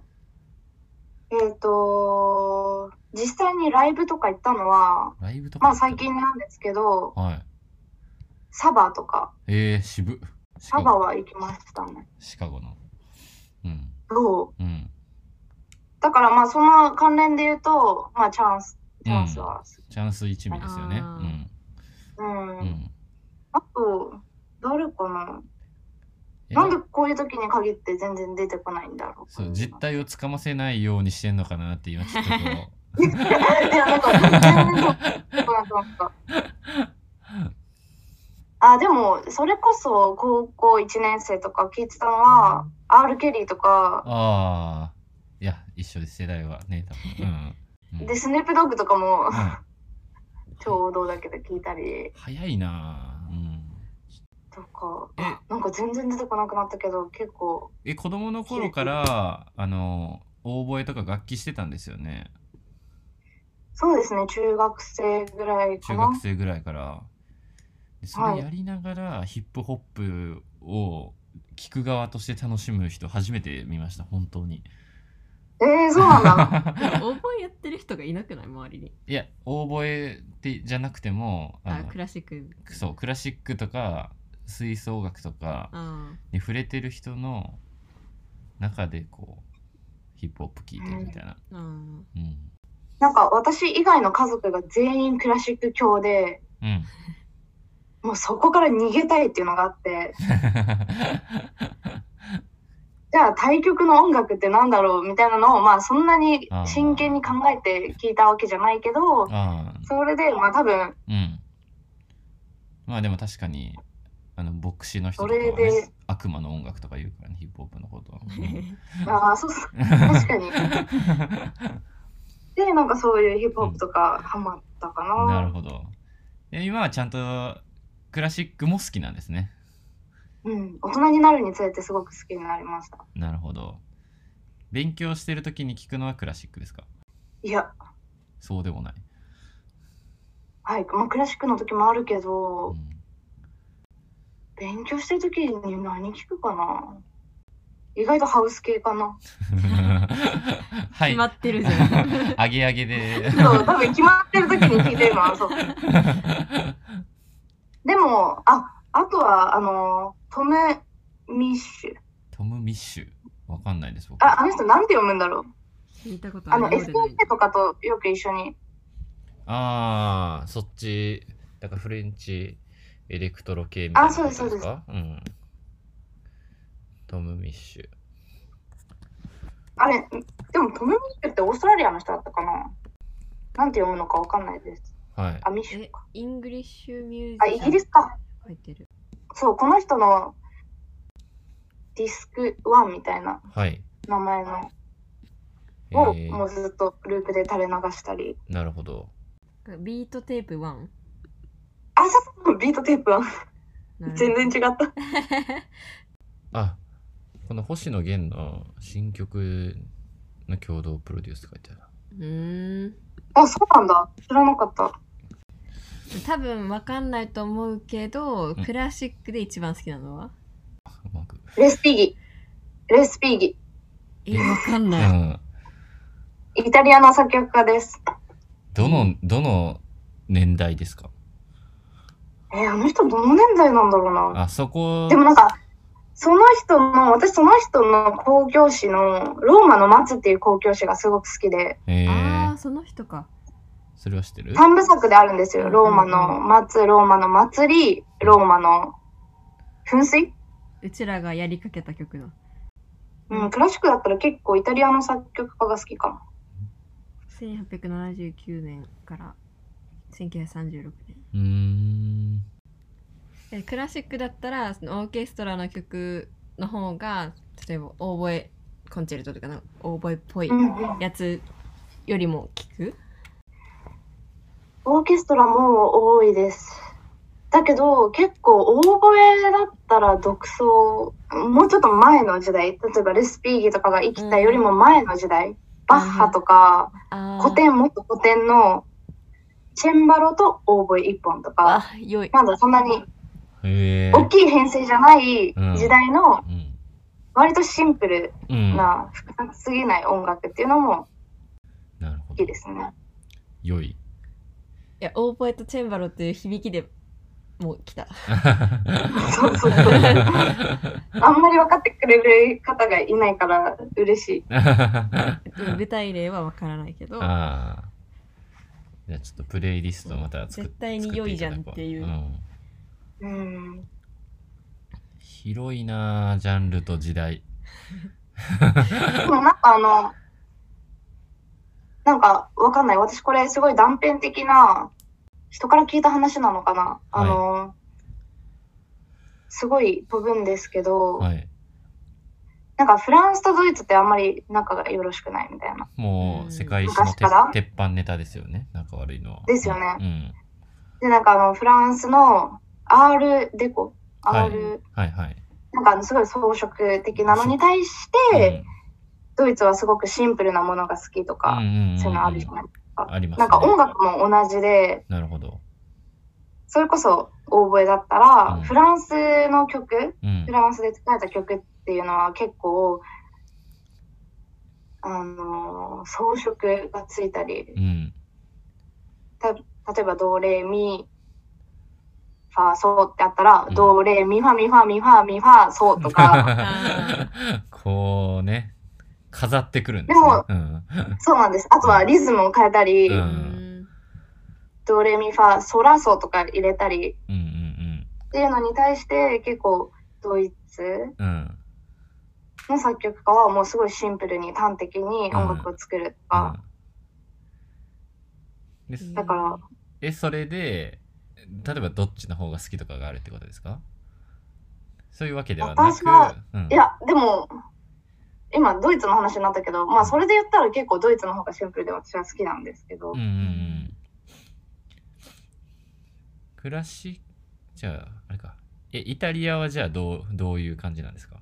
C: えっ、と実際にライブとか行ったのは
B: ライブとか
C: まあ最近なんですけど、
B: はい
C: サバとか、
B: えー、渋シ
C: サ
B: カ
C: バ
B: ゴ
C: は行きましたね。
B: シカゴのうん
C: そう。
B: うん
C: だからまあその関連で言うと、まあチャンス、チャンスは。
B: チャンス一味ですよね
A: あ
C: う
B: う
C: ん。
B: んうん
C: あと、誰かな
B: え
C: なんでこういう時に限って全然出てこないんだろう。
B: そう実態をつかませないようにしてんのかなって今ちょっとこう
C: (laughs) いや、なんか全然出てこなく
B: (laughs)
C: なった。あ、でも、それこそ高校1年生とか聞いてたのは、R ・ケリーとか、
B: ああいや一緒です世代はね多分うん、うん
C: で、スネープドッグとかも、
B: う
C: ちょうどだけど聞いたり
B: 早いなうん
C: とか、
B: え
C: あなんか全然出てこなくなったけど、結構、
B: え子供の頃からあのオーボエとか楽器してたんですよね
C: そうですね、中学生ぐらいか
B: 中
C: な
B: 学。生ぐらいからでそ
C: はい
B: れやりながらヒップホップを聞く側として楽しむ人初めて見ました本当に
C: えー、そうなんだ。 (laughs)
A: (laughs) オーボエやってる人がいなくない周りに
B: (laughs) いやオーボエってじゃなくてもあ
A: あ
B: の
A: クラシック
B: そうクラシックとか吹奏楽とか
A: あ
B: に触れてる人の中でこうヒップホップ聞いてるみたいな、
A: ーあ
B: うん
C: なんか私以外の家族が全員クラシック教で、
B: うん、 (laughs)
C: もうそこから逃げたいっていうのがあって、じゃあ対局の音楽ってなんだろうみたいなのを、まあそんなに真剣に考えて聞いたわけじゃないけど、
B: ああ
C: それで、まあ多分、
B: うんまあでも確かにあの牧師の人とかは、
C: それ
B: ね
C: で、
B: 悪魔の音楽とか言うからねヒップホップのことは、
A: ー (laughs)
C: ああ、そ
B: (laughs)
C: うっす。確かに。で、なんかそういうヒップホップとかハマったかな。
B: (laughs) なるほどえ今はちゃんとクラシックも好きなんですね
C: うん。大人になるにつれてすごく好きになりました。
B: なるほど勉強してる時に聞くのはクラシックですか
C: いや、
B: そうでもない、
C: はい、まあ、クラシックの時もあるけ
B: うん
C: ど、(laughs) 勉強してる時に何聞くかな意外とハウス系かな。
B: は
A: 決
B: い
A: ま。ってるじゃん
B: あげあげで。
C: そう、多分決まってる時に聞いてるのはそう。でも、あ、あとは、あの、トム・ミッシュ。
B: トム・ミッシュ。わかんないです、僕。
C: あ、あの人なんて読むんだろう
A: (laughs) 聞いたことあ
C: あ
A: る
C: の、
A: ようで
C: SK
A: ない
C: とかとよく一緒に。
B: あー、そっち。だからフレンチエレクトロ系み
C: あそうです
B: ことかうん。トム・ミッシュ。
C: あれ、でもトム・ミッシュってオーストラリアの人だったかななんて読むのかわかんないです。
B: はい。
C: あ、ミッシュ
A: え
C: か。
A: イングリッシュミュージ
C: あ、イギリスか。
A: 書いてる
C: そう、この人のディスク1みたいな
B: はい。
C: 名前の
B: え
C: を
B: ー
C: もうずっとループで垂れ流したり。
B: なるほど。
A: ビートテープ1
C: あ、そう、ビートテープは
A: なるほど
C: 全然違った。
B: あ、この星野源の新曲の共同プロデュースって書いてある。
A: うーん
C: あ、そうなんだ。知らなかった。
A: 多分わかんないと思うけど、
B: ん
A: クラシックで一番好きなのは
B: うまく。
C: レスピーギ。レスピーギ。
A: えわかん
B: う
A: ない、
B: ん。
C: イタリアの作曲家です。
B: どの、どの年代ですか
C: えーあの人どの年代なんだろうな。
B: あそこ
C: でもなんか、その人の、私その人の公共誌の、ローマの松っていう公共誌がすごく好きで、
B: え
A: あ
B: ー
A: あ、その人か
B: それは知ってる
C: 三部作であるんですよ。ローマの松、ローマの祭り、ローマの噴水
A: うちらがやりかけた曲の
C: うん、クラシックだったら結構イタリアの作曲家が好きかも。
A: 1879年から1936年
B: うーん
A: えクラシックだったらそのオーケストラの曲の方が例えばオーボエコンチェルトとかのオーボエっぽい
C: うんうん。
A: やつよりも聞く
C: オーケストラも多いです。だけど結構オーボエだったら独奏、もうちょっと前の時代、例えばレスピーギとかが生きたよりも前の時代、バッハとか、
A: あー
C: 古典、もっと古典のチェンバロとオーボエ一本とか、
A: あ良い
C: まだそんなに
B: へえ
C: 大きい編成じゃない時代の
B: うん
C: 割とシンプル
B: うんな
C: な複雑すぎない音楽っていうのも
B: るほど
C: 好きですね。
B: 良い
A: いやオーボエとチェンバロっていう響きでもう来
B: (laughs)
A: た
C: そうそうそう。あんまり分かってくれる方がいないから嬉しい。
B: あ
A: うん具体例はわからないけど
B: あじゃあちょっとプレイリストまた作っ
A: 絶対に良いじゃん
B: 作ただこ
A: っていう
B: うん
C: うん。
B: 広いなあジャンルと時代
C: でもなんかあの、なんかわかんない。私これすごい断片的な、人から聞いた話なのかな。あの、すごい飛ぶんですけど、
B: はい
C: なんかフランスとドイツってあんまり仲がよろしくないみたいな。
B: も
A: う
B: うん世界史の
C: 昔から
B: て鉄板ネタですよね仲悪いのは
C: ですよね
B: うん
C: で、なんかあの、フランスのアールデコ、ア
B: はい
C: ール、
B: はいはい。
C: なんかあの、すごい装飾的なのに対して、ドイツはすごくシンプルなものが好きと
B: うん
C: か、
B: うんうんうん
C: そういうのあるじゃない
B: あります、
C: なんか音楽も同じで、
B: なるほど。
C: それこそオーボエだったら、
B: うん
C: フランスの曲、
B: うん
C: フ。ランスで作られた曲っていうのは結構、あのー装飾がついたり、
B: うん。
C: 例えばドレミファソってあったら、
B: うん
C: ドレミファミファミファミファソ
B: (laughs)
C: とか、
B: こうね、飾ってくるんです
C: でも
B: ね。うん。
C: そうなんです。あとはリズムを変えたり、
B: うん
A: うん
C: ドレミファソラソとか入れたり
B: うんうん
C: っていうのに対して結構ドイツ
B: うん。うん。
C: の作曲家はもうすごいシンプルに端的に音楽を作るとか、
B: うんで
A: うん
C: だから
B: え、それで、例えばどっちの方が好きとかがあるってことですかそういうわけではなく、
C: 私は
B: うん
C: い、やでも今ドイツの話になったけどまあそれで言ったら結構ドイツの方がシンプルで私は好きなんですけど、
B: うんうんうん。クラシック、じゃあ、あれか。え、イタリアはじゃあどうどういう感じなんですか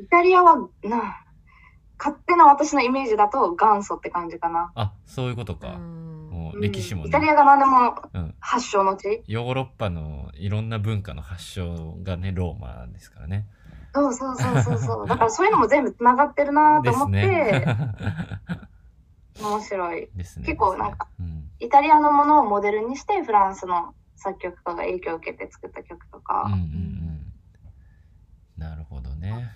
C: イタリアはな勝手な私のイメージだと元祖って感じかな。
B: あ、そういうことか。もう歴史も
C: うんイ
B: ね
C: タ、リアが何でも
B: うん。
C: 発祥の地
B: ヨーロッパのいろんな文化の発祥がね、ローマですからね。
C: そうそうそうそうそうだからそういうのも全部つながってるなと
B: で
C: 思
B: す
C: って、
B: ね。 (laughs)
C: 面白い
B: ですね。
C: 結構なんか
B: うん。
C: イタリアのものをモデルにしてフランスの作曲家が影響を受けて作った曲と
B: うんうんう
C: か、
B: ん。なるほどね。